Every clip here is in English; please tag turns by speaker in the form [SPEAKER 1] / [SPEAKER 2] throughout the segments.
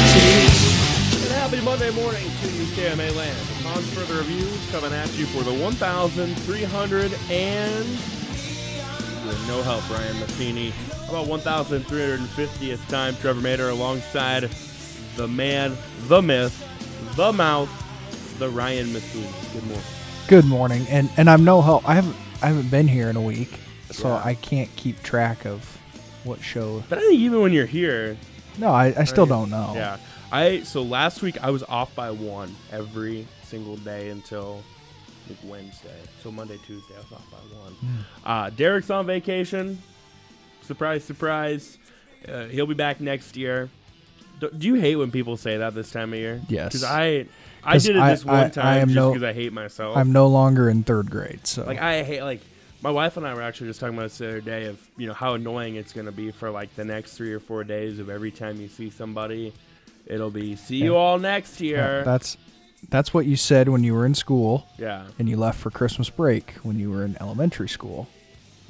[SPEAKER 1] And happy Monday morning to you, KMA Land. Upon further reviews, coming at you for the 1,300 and with no help, Brian Massini. About 1,350th time, Trevor Mater, alongside the man, the myth, the mouth, the Ryan Massini. Good morning.
[SPEAKER 2] Good morning, and and I'm no help. I haven't I haven't been here in a week, so
[SPEAKER 1] Yeah.
[SPEAKER 2] I can't keep track of what show.
[SPEAKER 1] But I think even when you're here,
[SPEAKER 2] No, I, I still
[SPEAKER 1] Right.
[SPEAKER 2] don't know.
[SPEAKER 1] yeah. I so last week I was off by one every single day until like Wednesday. So Monday, Tuesday, I was off by one.
[SPEAKER 2] Hmm.
[SPEAKER 1] Uh, Derek's on vacation. Surprise, surprise. Uh, he'll be back next year. Do, do you hate when people say that this time of year?
[SPEAKER 2] Yes.
[SPEAKER 1] Because I, I
[SPEAKER 2] 'Cause
[SPEAKER 1] did it
[SPEAKER 2] I-
[SPEAKER 1] this one
[SPEAKER 2] I- I
[SPEAKER 1] time
[SPEAKER 2] am
[SPEAKER 1] just
[SPEAKER 2] no-
[SPEAKER 1] because I hate myself.
[SPEAKER 2] I'm no longer in third grade, so
[SPEAKER 1] Like I hate like my wife and I were actually just talking about this the other day of you know how annoying it's gonna be for like the next three or four days of every time you see somebody, it'll be see you all next year.
[SPEAKER 2] Yeah, that's that's what you said when you were in school
[SPEAKER 1] yeah,
[SPEAKER 2] and you left for Christmas break when you were in elementary school.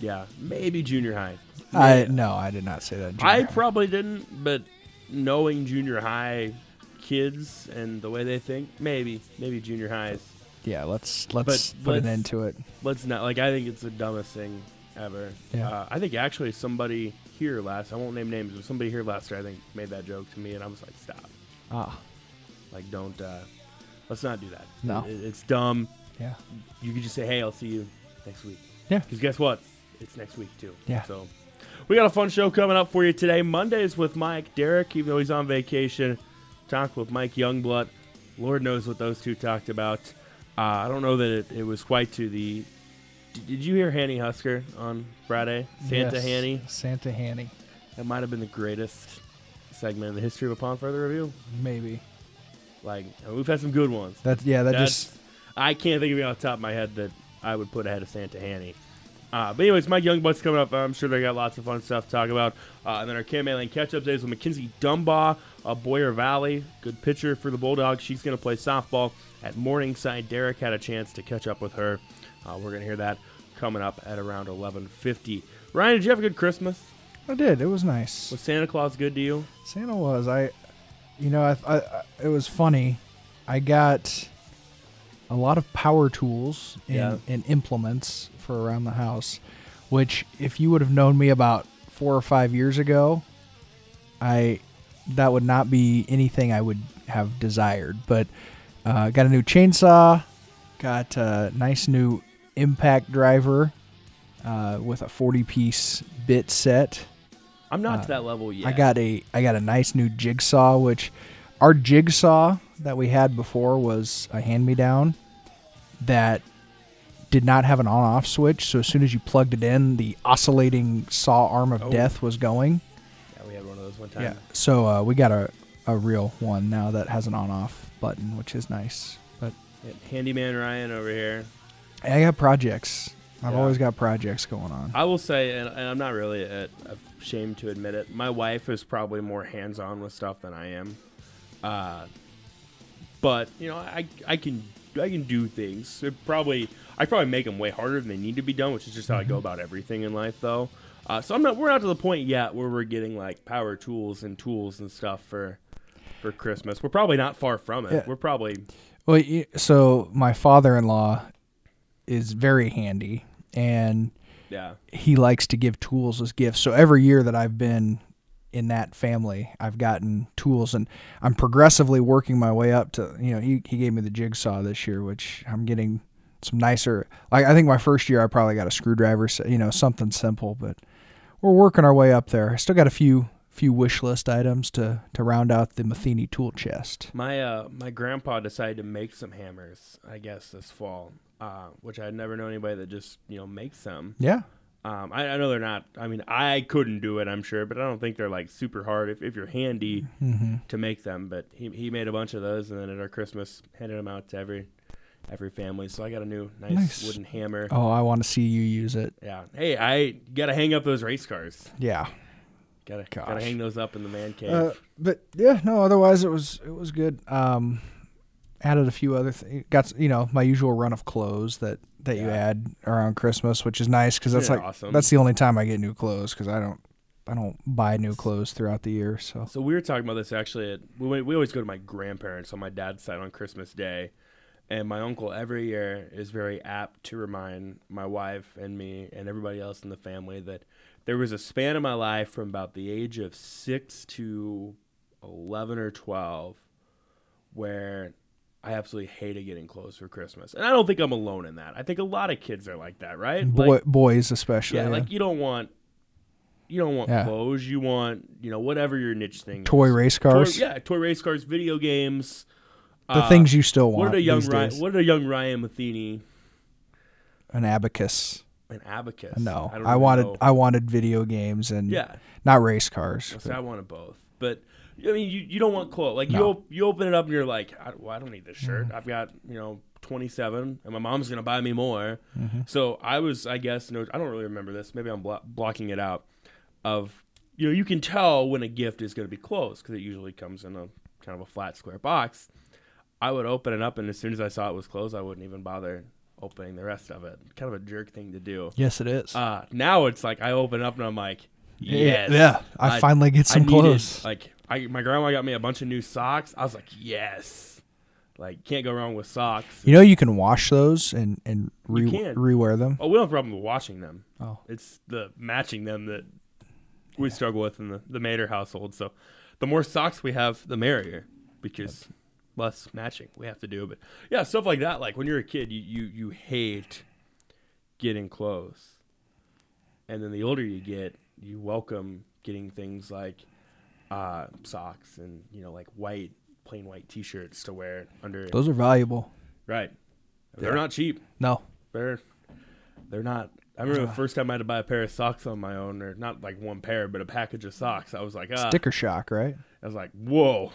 [SPEAKER 1] yeah, maybe junior high.
[SPEAKER 2] I no, I did not say that. junior
[SPEAKER 1] I
[SPEAKER 2] high.
[SPEAKER 1] probably didn't, but knowing junior high kids and the way they think, maybe maybe junior highs.
[SPEAKER 2] yeah. Let's let's
[SPEAKER 1] But
[SPEAKER 2] put an
[SPEAKER 1] let's-
[SPEAKER 2] end to it.
[SPEAKER 1] Let's not like I think it's the dumbest thing ever.
[SPEAKER 2] Yeah.
[SPEAKER 1] Uh, I think actually somebody here last I won't name names, but somebody here last year I think made that joke to me, and I was like, stop.
[SPEAKER 2] Ah,
[SPEAKER 1] Like, don't, uh, let's not do that.
[SPEAKER 2] No.
[SPEAKER 1] It- it's dumb.
[SPEAKER 2] yeah,
[SPEAKER 1] You could just say, hey, I'll see you next week.
[SPEAKER 2] yeah.
[SPEAKER 1] Because guess what? It's next week, too.
[SPEAKER 2] Yeah.
[SPEAKER 1] So we got a fun show coming up for you today. Mondays with Mike Derek, even though he's on vacation. Talk with Mike Youngblood. Lord knows what those two talked about. Uh, I don't know that it, it was quite to the. Did, did you hear Hanny Husker on Friday? Santa
[SPEAKER 2] Yes,
[SPEAKER 1] Hanny.
[SPEAKER 2] Santa Hanny,
[SPEAKER 1] That might have been the greatest segment in the history of Upon Further Review.
[SPEAKER 2] maybe.
[SPEAKER 1] Like, we've had some good ones.
[SPEAKER 2] That's yeah. That
[SPEAKER 1] That's-
[SPEAKER 2] just
[SPEAKER 1] I can't think of it off the top of my head that I would put ahead of Santa Hanny. Uh, but anyways, Mike Young Bucks coming up. I'm sure they got lots of fun stuff to talk about. Uh, and then our KMA Lane catch-up days with Mackenzie Dumbaugh of Boyer Valley. Good pitcher for the Bulldogs. She's going to play softball at Morningside. Derek had a chance to catch up with her. Uh, we're going to hear that coming up at around 11.50. Ryan, did you have a good Christmas?
[SPEAKER 2] I did. It was nice.
[SPEAKER 1] Was Santa Claus good to you?
[SPEAKER 2] Santa was I, you know, I, I, I- it was funny. I got a lot of power tools and,
[SPEAKER 1] Yeah.
[SPEAKER 2] and implements for around the house, which if you would have known me about four or five years ago, I that would not be anything I would have desired. But uh, got a new chainsaw, got a nice new impact driver uh, with a forty-piece bit set.
[SPEAKER 1] I'm not to that level yet.
[SPEAKER 2] Uh, I got a I got a nice new jigsaw, which our jigsaw that we had before was a hand me down that did not have an on off switch. So as soon as you plugged it in, the oscillating saw arm of
[SPEAKER 1] Oh.
[SPEAKER 2] death was going.
[SPEAKER 1] Yeah, we had one of those one time.
[SPEAKER 2] So uh, we got a, a real one now that has an on off button, which is nice. But
[SPEAKER 1] Yeah, Handyman Ryan over here.
[SPEAKER 2] I got projects. I've
[SPEAKER 1] Yeah.
[SPEAKER 2] always got projects going on.
[SPEAKER 1] I will say, and, and I'm not really uh ashamed to admit it, my wife is probably more hands on with stuff than I am. Uh, but you know, I I can I can do things. It probably I probably make them way harder than they need to be done, which is just how I go about everything in life, though. Uh, so I'm not we're not to the point yet where we're getting like power tools and tools and stuff for for Christmas. We're probably not far from it.
[SPEAKER 2] Yeah.
[SPEAKER 1] We're probably
[SPEAKER 2] Well, y- so my father-in-law is very handy and
[SPEAKER 1] yeah
[SPEAKER 2] he likes to give tools as gifts. So every year that I've been in that family, I've gotten tools and I'm progressively working my way up to, you know, he, he gave me the jigsaw this year, which I'm getting some nicer. Like, I think my first year I probably got a screwdriver, so, you know, something simple, but we're working our way up there. I still got a few, few wish list items to, to round out the Matheny tool chest.
[SPEAKER 1] My uh, my grandpa decided to make some hammers, I guess, this fall, uh, which I'd never known anybody that just you know makes them.
[SPEAKER 2] Yeah.
[SPEAKER 1] Um, I, I know they're not. I mean, I couldn't do it, I'm sure, but I don't think they're like super hard if, if you're handy
[SPEAKER 2] Mm-hmm.
[SPEAKER 1] to make them. But he, he made a bunch of those, and then at our Christmas, handed them out to every every family. So I got a new nice,
[SPEAKER 2] Nice.
[SPEAKER 1] wooden hammer.
[SPEAKER 2] Oh, I want to see you use it.
[SPEAKER 1] Yeah. Hey, I gotta hang up those race cars.
[SPEAKER 2] Yeah.
[SPEAKER 1] Gotta gotta
[SPEAKER 2] Gosh.
[SPEAKER 1] hang those up in the man cave.
[SPEAKER 2] Uh, but yeah, no. Otherwise, it was it was good. Um, added a few other things. Got s- you know my usual run of clothes that that you
[SPEAKER 1] Yeah.
[SPEAKER 2] add around Christmas, which is nice because that's
[SPEAKER 1] Yeah,
[SPEAKER 2] like
[SPEAKER 1] awesome.
[SPEAKER 2] that's the only time I get new clothes because I don't I don't buy new clothes throughout the year. So
[SPEAKER 1] So we were talking about this actually. At, we went- we always go to my grandparents on my dad's side on Christmas Day, and my uncle every year is very apt to remind my wife and me and everybody else in the family that there was a span of my life from about the age of six to eleven or twelve where I absolutely hated getting clothes for Christmas, and I don't think I'm alone in that. I think a lot of kids are like that, right?
[SPEAKER 2] boy,
[SPEAKER 1] Like-
[SPEAKER 2] boys especially,
[SPEAKER 1] yeah,
[SPEAKER 2] yeah.
[SPEAKER 1] like you don't want. You don't want
[SPEAKER 2] Yeah.
[SPEAKER 1] clothes. You want, you know, whatever your niche thing
[SPEAKER 2] toy
[SPEAKER 1] is.
[SPEAKER 2] race cars,
[SPEAKER 1] Toy, yeah, toy race cars, video games.
[SPEAKER 2] the things you still want.
[SPEAKER 1] What did a young
[SPEAKER 2] these
[SPEAKER 1] Ryan?
[SPEAKER 2] days.
[SPEAKER 1] What did a young Ryan Matheny?
[SPEAKER 2] An abacus.
[SPEAKER 1] An abacus.
[SPEAKER 2] No, I,
[SPEAKER 1] don't really
[SPEAKER 2] wanted
[SPEAKER 1] know.
[SPEAKER 2] I wanted video games and
[SPEAKER 1] yeah,
[SPEAKER 2] not race cars.
[SPEAKER 1] so I wanted both, but I mean, you, you don't want clothes. Like you
[SPEAKER 2] No.
[SPEAKER 1] op- you open it up and you're like, I, well, I don't need this shirt. I've got you know. 27 and my mom's gonna buy me more so i was i guess no i don't really remember this maybe i'm blo- blocking it out of you know you can tell when a gift is gonna be closed because it usually comes in a kind of a flat square box I would open it up, and as soon as I saw it was closed, I wouldn't even bother opening the rest of it. Kind of a jerk thing to do.
[SPEAKER 2] Yes, it is.
[SPEAKER 1] Uh, now it's like I open up and I'm like, yes,
[SPEAKER 2] yeah. I, finally get some
[SPEAKER 1] I needed-
[SPEAKER 2] clothes.
[SPEAKER 1] Like I, my grandma got me a bunch of new socks. I was like, yes, like can't go wrong with socks.
[SPEAKER 2] you know, you can wash those and and re-
[SPEAKER 1] can.
[SPEAKER 2] rewear them.
[SPEAKER 1] Oh, we don't have a problem with washing them.
[SPEAKER 2] Oh.
[SPEAKER 1] It's the matching them that we struggle with in the, the Mater household. So the more socks we have, the merrier because less matching we have to do. But yeah, stuff like that. Like when you're a kid, you, you, you hate getting clothes. And then the older you get, you welcome getting things like uh, socks and, you know, like white, plain white t shirts to wear under.
[SPEAKER 2] Those are valuable.
[SPEAKER 1] Right. They're not cheap
[SPEAKER 2] No,
[SPEAKER 1] they're they're not. I remember the first time I had to buy a pair of socks on my own, or not like one pair, but a package of socks. I was like, ah,
[SPEAKER 2] sticker shock, right?
[SPEAKER 1] I was like, whoa,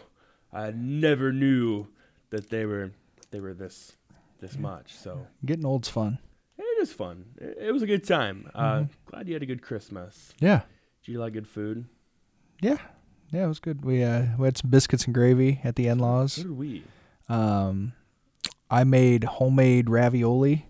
[SPEAKER 1] I never knew that they were they were this this much. So
[SPEAKER 2] Getting old's fun.
[SPEAKER 1] it is fun. It, it was a good time. Uh, Glad you had a good Christmas.
[SPEAKER 2] Yeah,
[SPEAKER 1] Did you like good food?
[SPEAKER 2] yeah, yeah. It was good. We uh we had some biscuits and gravy at the in
[SPEAKER 1] What
[SPEAKER 2] laws.
[SPEAKER 1] did we?
[SPEAKER 2] Um, I made homemade ravioli.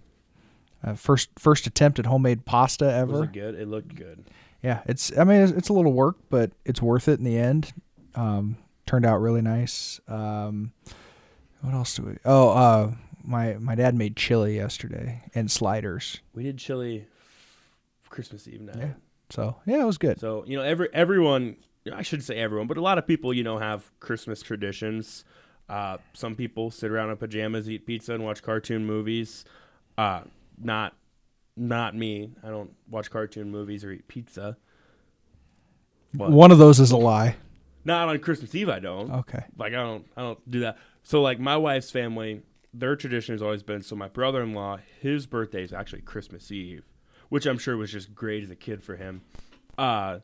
[SPEAKER 2] Uh, first first attempt at homemade pasta
[SPEAKER 1] Was
[SPEAKER 2] ever.
[SPEAKER 1] it good? It looked good.
[SPEAKER 2] yeah, it's I mean it's, it's a little work, but it's worth it in the end. Um, turned out really nice. Um, what else do we? Oh, uh, my my dad made chili yesterday and sliders.
[SPEAKER 1] We did chili Christmas Eve night.
[SPEAKER 2] Yeah. So yeah, it was good.
[SPEAKER 1] So you know, every everyone, I shouldn't say everyone, but a lot of people, you know, have Christmas traditions. Uh, some people sit around in pajamas, eat pizza, and watch cartoon movies. Uh, not, not me. I don't watch cartoon movies or eat pizza. What?
[SPEAKER 2] One of those is a lie.
[SPEAKER 1] Not on Christmas Eve. I don't.
[SPEAKER 2] Okay.
[SPEAKER 1] Like I don't, I don't do that. So like my wife's family, their tradition has always been so. My brother-in-law, his birthday is actually Christmas Eve, which I'm sure was just great as a kid for him. Uh,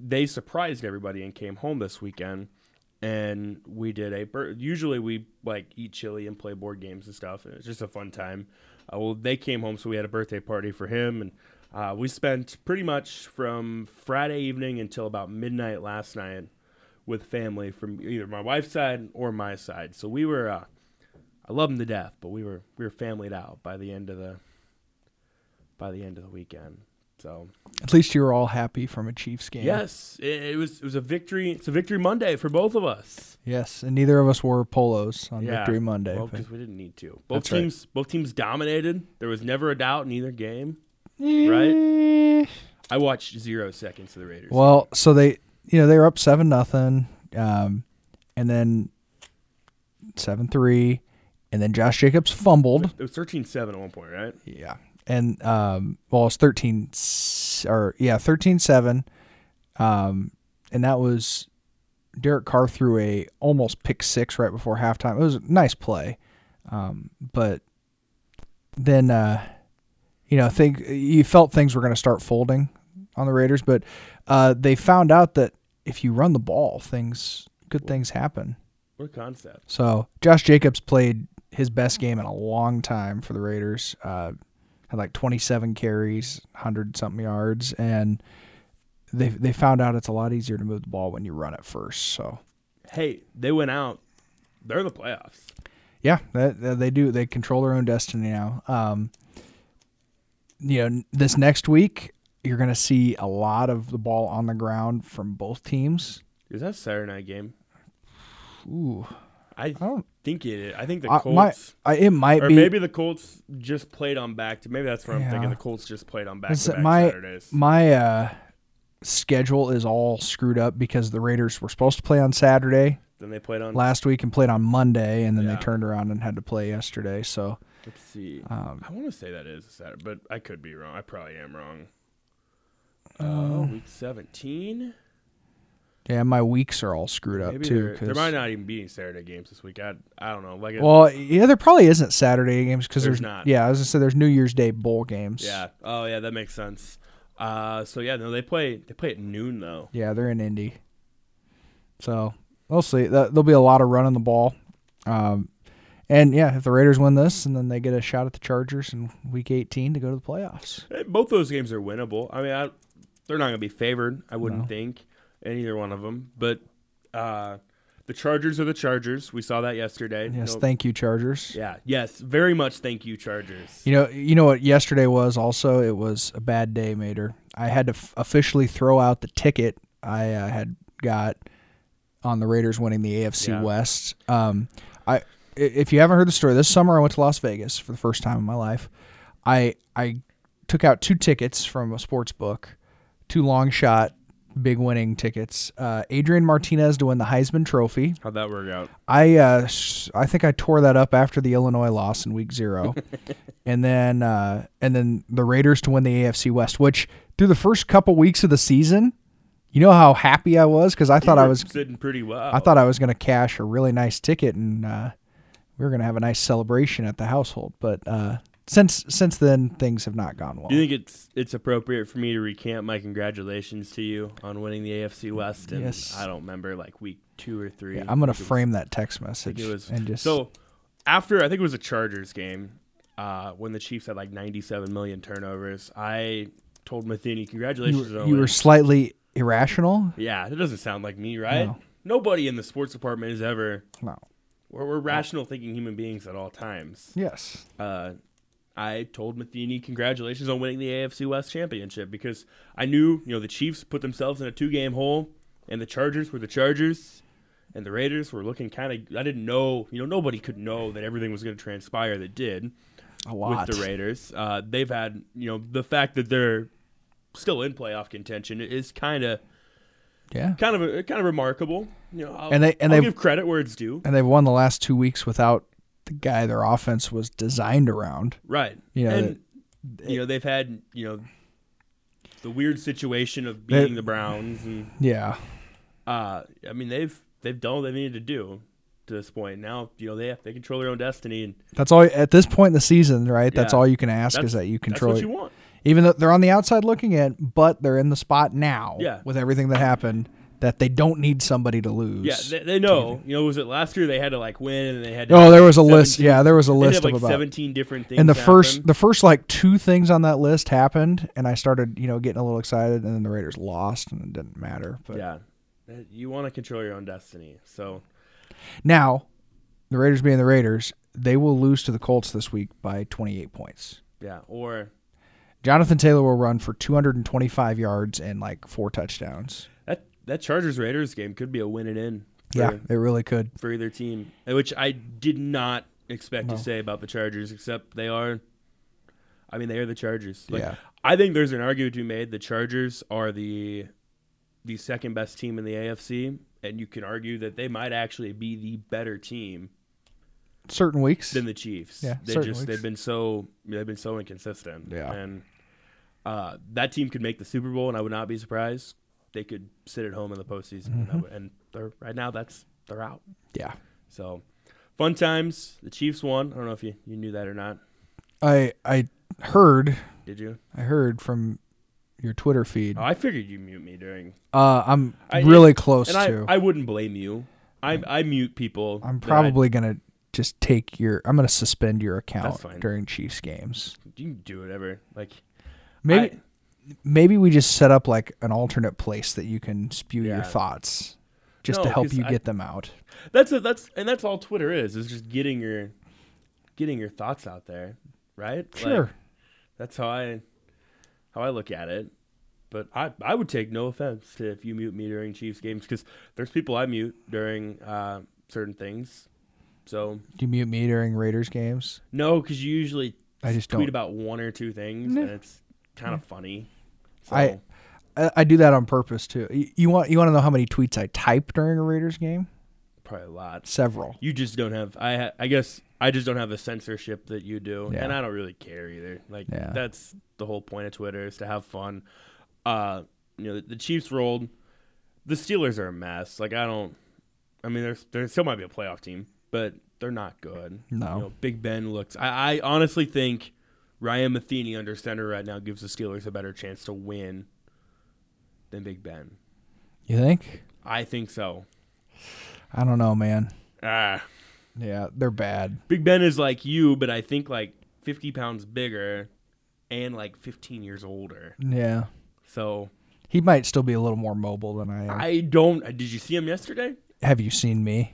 [SPEAKER 1] they surprised everybody and came home this weekend, and we did a. Bir- Usually we like eat chili and play board games and stuff. and It's just a fun time. Uh, well, they came home, so we had a birthday party for him, and uh, we spent pretty much from Friday evening until about midnight last night with family from either my wife's side or my side. So we were, uh, I love them to death, but we were we were familyed out by the end of the by the end of the weekend. So
[SPEAKER 2] At least you were all happy from a Chiefs game.
[SPEAKER 1] yes, it, it was it was a victory. It's a victory Monday for both of us.
[SPEAKER 2] Yes, and neither of us wore polos on
[SPEAKER 1] Yeah.
[SPEAKER 2] Victory Monday.
[SPEAKER 1] Well,
[SPEAKER 2] but-
[SPEAKER 1] because we didn't need to. Both
[SPEAKER 2] That's right.
[SPEAKER 1] teams both teams dominated. There was never a doubt in either game.
[SPEAKER 2] Eh.
[SPEAKER 1] I watched zero seconds of the Raiders.
[SPEAKER 2] Well, so they, you know, they were up seven nothing, um, and then seven three, and then Josh Jacobs fumbled.
[SPEAKER 1] it was 13-7 at one point, right?
[SPEAKER 2] Yeah, and um, well, it's thirteen s- or yeah, thirteen seven, um, and that was Derek Carr threw a almost pick six right before halftime. It was a nice play, um, but then uh, you know, think you felt things were going to start folding on the Raiders, but uh, they found out that if you run the ball, things good things happen.
[SPEAKER 1] What a concept.
[SPEAKER 2] So Josh Jacobs played his best game in a long time for the Raiders. Uh, had like 27 carries, 100 something yards, and they they found out it's a lot easier to move the ball when you run it first. So
[SPEAKER 1] Hey, they went out. They're in the playoffs.
[SPEAKER 2] yeah, that, that they do. They control their own destiny now. Um, you know, n- this next week you're going to see a lot of the ball on the ground from both teams.
[SPEAKER 1] Is that Saturday night game?
[SPEAKER 2] Ooh,
[SPEAKER 1] I
[SPEAKER 2] I don't.
[SPEAKER 1] think it. is. I think the
[SPEAKER 2] I, my,
[SPEAKER 1] Colts,
[SPEAKER 2] I, it might
[SPEAKER 1] or
[SPEAKER 2] be
[SPEAKER 1] maybe the Colts just played on back. To, maybe that's what I'm
[SPEAKER 2] Yeah.
[SPEAKER 1] thinking. The Colts just played on back
[SPEAKER 2] Is
[SPEAKER 1] to
[SPEAKER 2] it
[SPEAKER 1] back
[SPEAKER 2] my-
[SPEAKER 1] Saturdays.
[SPEAKER 2] my uh, schedule is all screwed up because the Raiders were supposed to play on Saturday
[SPEAKER 1] then they played on.
[SPEAKER 2] last week and played on Monday, and then
[SPEAKER 1] Yeah.
[SPEAKER 2] they turned around and had to play yesterday. So
[SPEAKER 1] let's see.
[SPEAKER 2] um,
[SPEAKER 1] I want to say that is a Saturday, but I could be wrong. I probably am wrong. Uh, week 17.
[SPEAKER 2] yeah, my weeks are all screwed up
[SPEAKER 1] Maybe
[SPEAKER 2] too.
[SPEAKER 1] there,
[SPEAKER 2] 'cause-
[SPEAKER 1] there might not even be any Saturday games this week. I I don't know. Like, it-
[SPEAKER 2] well, yeah, there probably isn't Saturday games because
[SPEAKER 1] There's
[SPEAKER 2] there's,
[SPEAKER 1] not.
[SPEAKER 2] Yeah, I was gonna say there's New Year's Day bowl games.
[SPEAKER 1] yeah. Oh yeah, that makes sense. Uh, so yeah, no, they play they play at noon though.
[SPEAKER 2] Yeah, they're in Indy. So we'll see. Th- There'll be a lot of running the ball. Um, and yeah, if the Raiders win this, and then they get a shot at the Chargers in Week 18 to go to the playoffs.
[SPEAKER 1] Eh, Both those games are winnable. I mean, I, they're not going to be favored. I wouldn't
[SPEAKER 2] No.
[SPEAKER 1] think in either one of them. But uh, the Chargers are the Chargers. We saw that yesterday.
[SPEAKER 2] Yes,
[SPEAKER 1] No-
[SPEAKER 2] thank you, Chargers.
[SPEAKER 1] yeah. Yes. Very much. Thank you, Chargers.
[SPEAKER 2] You know, you know what yesterday was. Also, it was a bad day, Mater. I had to f- officially throw out the ticket I uh, had got on the Raiders winning the AFC
[SPEAKER 1] Yeah.
[SPEAKER 2] West. Um, I i- if you haven't heard the story, this summer I went to Las Vegas for the first time in my life. I I took out two tickets from a sports book, two long shot big winning tickets. Uh, Adrian Martinez to win the Heisman Trophy.
[SPEAKER 1] How'd that work out?
[SPEAKER 2] I uh, s- I think I tore that up after the Illinois loss in Week Zero, and then uh, and then the Raiders to win the AFC West. Which through the first couple weeks of the season, you know how happy I was because I thought
[SPEAKER 1] You
[SPEAKER 2] I
[SPEAKER 1] were
[SPEAKER 2] was
[SPEAKER 1] sitting pretty well.
[SPEAKER 2] I thought I was going to cash a really nice ticket and uh, we were going to have a nice celebration at the household. But uh, since since then, things have not gone well.
[SPEAKER 1] Do you think it's it's appropriate for me to recant my congratulations to you on winning the AFC West? And
[SPEAKER 2] Yes.
[SPEAKER 1] I don't remember like week two or three.
[SPEAKER 2] Yeah, I'm going
[SPEAKER 1] I
[SPEAKER 2] to
[SPEAKER 1] think it was-
[SPEAKER 2] frame that
[SPEAKER 1] I
[SPEAKER 2] text
[SPEAKER 1] think
[SPEAKER 2] message
[SPEAKER 1] it was
[SPEAKER 2] and just
[SPEAKER 1] so after I think it was a Chargers game uh, when the Chiefs had like 97 million turnovers. I told Matheny,
[SPEAKER 2] you,
[SPEAKER 1] congratulations
[SPEAKER 2] were-
[SPEAKER 1] on
[SPEAKER 2] you
[SPEAKER 1] winning.
[SPEAKER 2] were slightly irrational.
[SPEAKER 1] yeah, that doesn't sound like me, right?
[SPEAKER 2] No.
[SPEAKER 1] Nobody in the sports department is ever.
[SPEAKER 2] No.
[SPEAKER 1] We're, we're rational thinking human beings at all times.
[SPEAKER 2] Yes.
[SPEAKER 1] uh, I told Matheny congratulations on winning the AFC West championship because I knew you know the Chiefs put themselves in a two game hole, and the Chargers were the Chargers, and the Raiders were looking kind of. I didn't know you know nobody could know that everything was going to transpire that did
[SPEAKER 2] A lot.
[SPEAKER 1] with the Raiders. Uh, they've had you know the fact that they're still in playoff contention is kind of
[SPEAKER 2] yeah.
[SPEAKER 1] kind of kind of remarkable. You know, I'll,
[SPEAKER 2] And they- and
[SPEAKER 1] I'll
[SPEAKER 2] they've-
[SPEAKER 1] give credit where it's due.
[SPEAKER 2] and they've won the last two weeks without the guy their offense was designed around.
[SPEAKER 1] Right.
[SPEAKER 2] You know,
[SPEAKER 1] and you know they've had you know the weird situation of beating the Browns, and
[SPEAKER 2] Yeah,
[SPEAKER 1] uh, I mean they've they've done what they needed to do to this point. Now you know they have, they control their own destiny, and
[SPEAKER 2] that's all at this point in the season, right? That's
[SPEAKER 1] Yeah.
[SPEAKER 2] all you can ask
[SPEAKER 1] That's-
[SPEAKER 2] is that you
[SPEAKER 1] that's
[SPEAKER 2] control.
[SPEAKER 1] what
[SPEAKER 2] it.
[SPEAKER 1] you want.
[SPEAKER 2] Even though they're on the outside looking in, but they're in the spot now.
[SPEAKER 1] Yeah.
[SPEAKER 2] with everything that happened, that they don't need somebody to lose.
[SPEAKER 1] Yeah, they, they know. You know, was it last year they had to like win, and they had to
[SPEAKER 2] oh, there was a
[SPEAKER 1] 17
[SPEAKER 2] list. Yeah, there was a
[SPEAKER 1] they had
[SPEAKER 2] list
[SPEAKER 1] like
[SPEAKER 2] of about.
[SPEAKER 1] seventeen different things.
[SPEAKER 2] and the first,
[SPEAKER 1] happen.
[SPEAKER 2] the first like two things on that list happened, and I started, you know, getting a little excited, and then the Raiders lost, and it didn't matter. But
[SPEAKER 1] yeah, Uh, you want to control your own destiny. So
[SPEAKER 2] Now, the Raiders being the Raiders, they will lose to the Colts this week by 28 points.
[SPEAKER 1] yeah, or
[SPEAKER 2] Jonathan Taylor will run for 225 yards and like four touchdowns.
[SPEAKER 1] that that Chargers Raiders game could be a win and in. for-
[SPEAKER 2] Yeah, it really could.
[SPEAKER 1] for either team, which I did not expect
[SPEAKER 2] No.
[SPEAKER 1] to say about the Chargers, except they are. I mean, they are the Chargers. Like,
[SPEAKER 2] Yeah.
[SPEAKER 1] I think there's an argument to be made. The Chargers are the the second best team in the AFC, and you can argue that they might actually be the better team
[SPEAKER 2] Certain weeks.
[SPEAKER 1] than the Chiefs.
[SPEAKER 2] Yeah,
[SPEAKER 1] they
[SPEAKER 2] certain
[SPEAKER 1] just
[SPEAKER 2] weeks.
[SPEAKER 1] they've been so they've been so inconsistent.
[SPEAKER 2] Yeah.
[SPEAKER 1] and uh, that team could make the Super Bowl, and I would not be surprised. They could sit at home in the postseason, and, I
[SPEAKER 2] Mm-hmm.
[SPEAKER 1] would, and they're right now. That's they're out.
[SPEAKER 2] Yeah.
[SPEAKER 1] So, fun times. The Chiefs won. I don't know if you, you knew that or not.
[SPEAKER 2] I I heard
[SPEAKER 1] Did you?
[SPEAKER 2] I heard from your Twitter feed.
[SPEAKER 1] Oh, I figured you mute me during,
[SPEAKER 2] Uh, I'm
[SPEAKER 1] I-
[SPEAKER 2] really close
[SPEAKER 1] and I,
[SPEAKER 2] to. I,
[SPEAKER 1] I wouldn't blame you. I I mute people.
[SPEAKER 2] am
[SPEAKER 1] that
[SPEAKER 2] probably going to just take your I'm going to suspend your
[SPEAKER 1] That's
[SPEAKER 2] account
[SPEAKER 1] fine.
[SPEAKER 2] during Chiefs games.
[SPEAKER 1] I, you can do whatever. Like
[SPEAKER 2] Maybe
[SPEAKER 1] I-
[SPEAKER 2] maybe we just set up like an alternate place that you can spew
[SPEAKER 1] Yeah.
[SPEAKER 2] your thoughts just
[SPEAKER 1] No,
[SPEAKER 2] to help
[SPEAKER 1] 'cause
[SPEAKER 2] you
[SPEAKER 1] I-
[SPEAKER 2] get them out.
[SPEAKER 1] that's a, that's and that's all Twitter is is just getting your getting your thoughts out there, right? Like,
[SPEAKER 2] Sure.
[SPEAKER 1] that's how I how I look at it. But I, I would take no offense to if you mute me during Chiefs games because there's people I mute during uh, certain things. So
[SPEAKER 2] Do you mute me during Raiders games?
[SPEAKER 1] no, because you usually
[SPEAKER 2] I just
[SPEAKER 1] tweet
[SPEAKER 2] don't.
[SPEAKER 1] about one or two things,
[SPEAKER 2] No.
[SPEAKER 1] and it's kind of funny. So,
[SPEAKER 2] I- I, I do that on purpose too. You, you want you want to know how many tweets I type during a Raiders game?
[SPEAKER 1] probably a lot.
[SPEAKER 2] Several.
[SPEAKER 1] You just don't have. I ha- I guess I just don't have the censorship that you do,
[SPEAKER 2] Yeah.
[SPEAKER 1] and I don't really care either. Like
[SPEAKER 2] Yeah.
[SPEAKER 1] that's the whole point of Twitter is to have fun. Uh, you know, the, Chiefs rolled. The Steelers are a mess. Like I don't. I mean, there's there still might be a playoff team, but they're not good.
[SPEAKER 2] No.
[SPEAKER 1] You know, Big Ben looks. I, I honestly think Ryan Matheny under center right now gives the Steelers a better chance to win than Big Ben.
[SPEAKER 2] You think?
[SPEAKER 1] I think so.
[SPEAKER 2] I don't know, man.
[SPEAKER 1] Ah.
[SPEAKER 2] Yeah, they're bad.
[SPEAKER 1] Big Ben is like you, but I think like 50 pounds bigger and like 15 years older.
[SPEAKER 2] Yeah,
[SPEAKER 1] So
[SPEAKER 2] he might still be a little more mobile than I am.
[SPEAKER 1] I don't. Did you see him yesterday?
[SPEAKER 2] Have you seen me?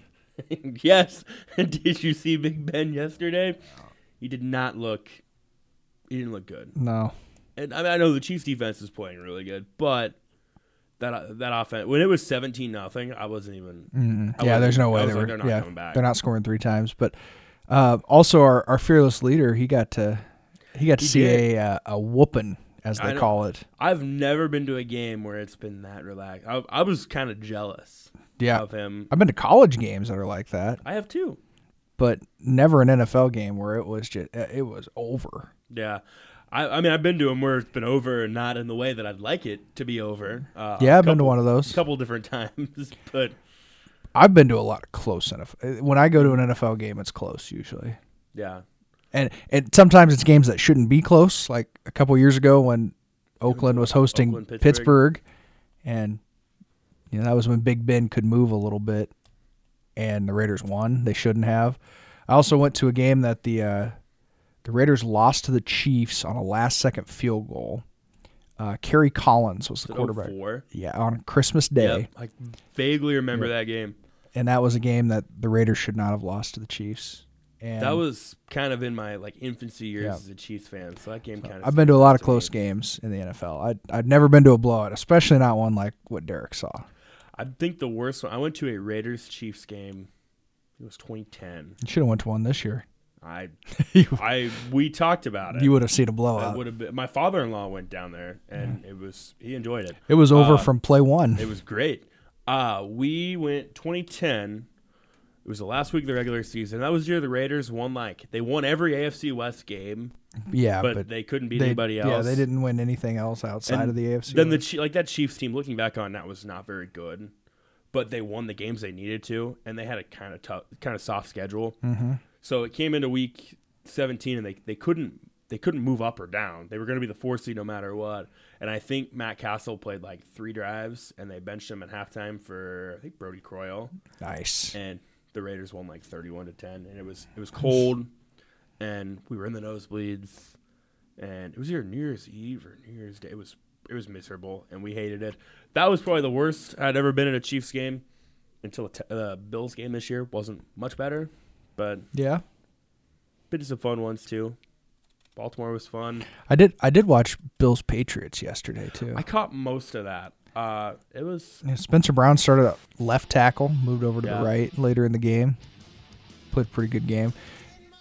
[SPEAKER 1] yes. did you see Big Ben yesterday? He did not look. He didn't look good.
[SPEAKER 2] No.
[SPEAKER 1] And I, mean, I know the Chiefs defense is playing really good, but that that offense when it was 17 nothing, I wasn't even.
[SPEAKER 2] Mm-mm.
[SPEAKER 1] I
[SPEAKER 2] Mm-hmm. Yeah,
[SPEAKER 1] was-
[SPEAKER 2] there's no
[SPEAKER 1] I
[SPEAKER 2] way
[SPEAKER 1] was
[SPEAKER 2] they
[SPEAKER 1] like,
[SPEAKER 2] were.
[SPEAKER 1] they're not
[SPEAKER 2] yeah,
[SPEAKER 1] coming back.
[SPEAKER 2] they're not scoring three times. But uh, also, our, our fearless leader, he got to he got to
[SPEAKER 1] He
[SPEAKER 2] see
[SPEAKER 1] did.
[SPEAKER 2] a uh, a whooping as
[SPEAKER 1] I
[SPEAKER 2] they
[SPEAKER 1] know.
[SPEAKER 2] call it.
[SPEAKER 1] I've never been to a game where it's been that relaxed. I, I was kind of jealous
[SPEAKER 2] Yeah,
[SPEAKER 1] of him.
[SPEAKER 2] I've been to college games that are like that,
[SPEAKER 1] I have two.
[SPEAKER 2] but never an NFL game where it was just uh, it was over.
[SPEAKER 1] Yeah. I, I mean, I've been to them where it's been over, and not in the way that I'd like it to be over. Uh,
[SPEAKER 2] Yeah,
[SPEAKER 1] a
[SPEAKER 2] I've been to
[SPEAKER 1] couple-
[SPEAKER 2] one of
[SPEAKER 1] a
[SPEAKER 2] those.
[SPEAKER 1] couple different times, but
[SPEAKER 2] I've been to a lot of close NFL. When I go to an NFL game, it's close usually,
[SPEAKER 1] yeah,
[SPEAKER 2] and and sometimes it's games that shouldn't be close. Like a couple years ago when Oakland was hosting
[SPEAKER 1] Oakland,
[SPEAKER 2] Pittsburgh.
[SPEAKER 1] Pittsburgh.
[SPEAKER 2] and you know that was when Big Ben could move a little bit, and the Raiders won. They shouldn't have. I also went to a game that the uh, the Raiders lost to the Chiefs on a last second field goal. Uh, Kerry Collins was the quarterback.
[SPEAKER 1] oh Four.
[SPEAKER 2] Yeah, on Christmas Day.
[SPEAKER 1] Yep, I vaguely remember that game.
[SPEAKER 2] and that was a game that the Raiders should not have lost to the Chiefs. And
[SPEAKER 1] That was kind of in my like infancy years
[SPEAKER 2] Yeah.
[SPEAKER 1] as a Chiefs fan, so that game kind of.
[SPEAKER 2] I've been to a lot of
[SPEAKER 1] to
[SPEAKER 2] close games in the NFL. I would I've never been to a blowout, especially not one like what Derek saw.
[SPEAKER 1] I think the worst one. I went to a Raiders Chiefs game. It was 2010.
[SPEAKER 2] You should have went to one this year.
[SPEAKER 1] I,
[SPEAKER 2] you,
[SPEAKER 1] I, we talked about it.
[SPEAKER 2] you would have seen a
[SPEAKER 1] I
[SPEAKER 2] blowout.
[SPEAKER 1] would have been. My father-in-law went down there, and it was he enjoyed it.
[SPEAKER 2] It was over
[SPEAKER 1] Uh,
[SPEAKER 2] from play one.
[SPEAKER 1] It was great. Uh, we went 2010. It was the last week of the regular season. That was the year the Raiders won. Like they won every AFC West game,
[SPEAKER 2] yeah,
[SPEAKER 1] but,
[SPEAKER 2] but,
[SPEAKER 1] they couldn't beat
[SPEAKER 2] they,
[SPEAKER 1] anybody else.
[SPEAKER 2] Yeah, they didn't win anything else outside
[SPEAKER 1] And
[SPEAKER 2] of the AFC.
[SPEAKER 1] Then the
[SPEAKER 2] West.
[SPEAKER 1] Chi- like that Chiefs team, looking back on that, was not very good, but they won the games they needed to, and they had a kind of tough, kind of soft schedule.
[SPEAKER 2] Mm-hmm.
[SPEAKER 1] So it came into week 17, and they, they couldn't they couldn't move up or down. They were going to be the four seed no matter what. And I think Matt Castle played like three drives, and they benched him at halftime for I think Brody Croyle,
[SPEAKER 2] nice.
[SPEAKER 1] and the Raiders won like 31 to 10, and it was it was cold, and we were in the nosebleeds and it was either New Year's Eve or New Year's Day. It was it was miserable, and we hated it. That was probably the worst I'd ever been in a Chiefs game until the Te- uh, Bills game this year wasn't much better, but
[SPEAKER 2] Yeah,
[SPEAKER 1] bit of some fun ones too. Baltimore was fun.
[SPEAKER 2] I did. I did watch Bills Patriots yesterday too.
[SPEAKER 1] I caught most of that. Uh, it was
[SPEAKER 2] Yeah, Spencer Brown started at left tackle, moved over to
[SPEAKER 1] Yeah.
[SPEAKER 2] the right later in the game. Played a pretty good game.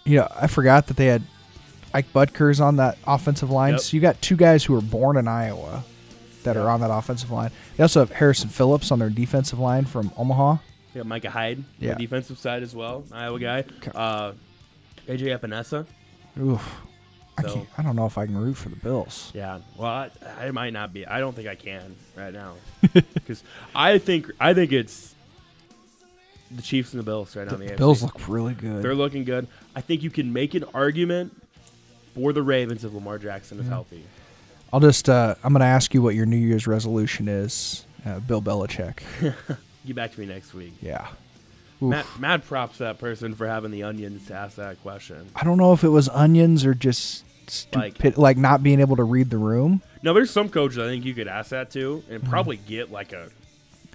[SPEAKER 2] You know, I forgot that they had Ike Butker's on that offensive line.
[SPEAKER 1] Yep.
[SPEAKER 2] So you got two guys who were born in Iowa that are on that offensive line. They also have Harrison Phillips on their defensive line from Omaha.
[SPEAKER 1] yeah, Micah Hyde, on
[SPEAKER 2] Yeah.
[SPEAKER 1] the defensive side as well, Iowa guy. Uh, AJ Epinesa.
[SPEAKER 2] Oof. I,
[SPEAKER 1] So-
[SPEAKER 2] can't, I don't know if I can root for the Bills.
[SPEAKER 1] Yeah. Well, I, I might not be. I don't think I can right now because I think I think it's the Chiefs and the Bills right now. in The, AFC.
[SPEAKER 2] Bills look really good.
[SPEAKER 1] They're looking good. I think you can make an argument for the Ravens if Lamar Jackson is healthy.
[SPEAKER 2] I'll just, uh, I'm going to ask you what your New Year's resolution is, uh, Bill Belichick.
[SPEAKER 1] Get back to me next week.
[SPEAKER 2] yeah.
[SPEAKER 1] Mad, mad props to that person for having the onions to ask that question.
[SPEAKER 2] I don't know if it was onions or just
[SPEAKER 1] Like-
[SPEAKER 2] stupid, like, not being able to read the room.
[SPEAKER 1] Now, there's some coaches I think you could ask that to and probably get like a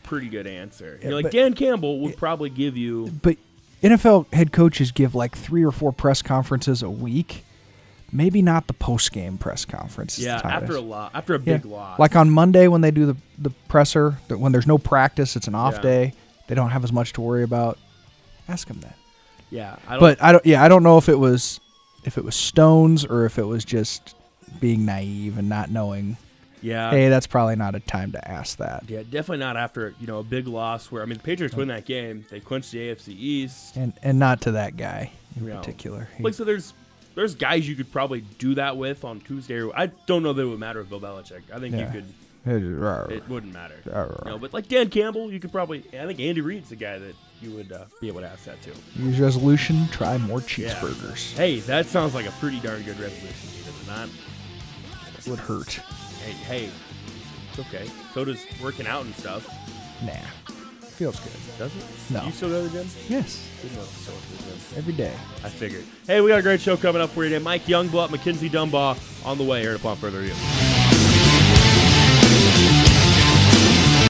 [SPEAKER 1] pretty good answer. You know, like
[SPEAKER 2] Mm-hmm. but-
[SPEAKER 1] Dan Campbell would probably give you.
[SPEAKER 2] But NFL head coaches give like three or four press conferences a week. maybe not the post game press conference. is the
[SPEAKER 1] Yeah,
[SPEAKER 2] time it
[SPEAKER 1] after
[SPEAKER 2] is.
[SPEAKER 1] a lot, after a
[SPEAKER 2] Yeah.
[SPEAKER 1] big loss,
[SPEAKER 2] Like on Monday when they do the the presser, that when there's no practice, it's an off
[SPEAKER 1] Yeah.
[SPEAKER 2] day. They don't have as much to worry about. Ask them that.
[SPEAKER 1] yeah, I don't,
[SPEAKER 2] But I don't. Yeah, I don't know if it was if it was Stones or if it was just being naive and not knowing.
[SPEAKER 1] yeah,
[SPEAKER 2] hey, that's probably not a time to ask that.
[SPEAKER 1] yeah, definitely not after you know a big loss where I mean the Patriots win that game, they clinch the AFC East.
[SPEAKER 2] And and not to that guy in
[SPEAKER 1] Yeah.
[SPEAKER 2] particular. He-
[SPEAKER 1] Like so, there's there's guys you could probably do that with on Tuesday. I don't know that it would matter with Bill Belichick. I think you
[SPEAKER 2] Yeah.
[SPEAKER 1] could. It wouldn't matter.
[SPEAKER 2] Alright.
[SPEAKER 1] No, but like Dan Campbell, you could probably. I think Andy Reid's the guy that you would uh, be able to ask that to.
[SPEAKER 2] Use resolution, try more cheeseburgers.
[SPEAKER 1] Hey, that sounds like a pretty darn good resolution, does it not?
[SPEAKER 2] It would hurt.
[SPEAKER 1] Hey, hey, it's okay. So does working out and stuff.
[SPEAKER 2] Nah. Feels good.
[SPEAKER 1] Does it?
[SPEAKER 2] No.
[SPEAKER 1] You still go to the gym?
[SPEAKER 2] Yes.
[SPEAKER 1] Good enough to sort through this.
[SPEAKER 2] Every day.
[SPEAKER 1] I figured. Hey, we got a great show coming up for you today. Mike Youngblood, Mackenzie Dumbaugh on the way here to Plum Further Review.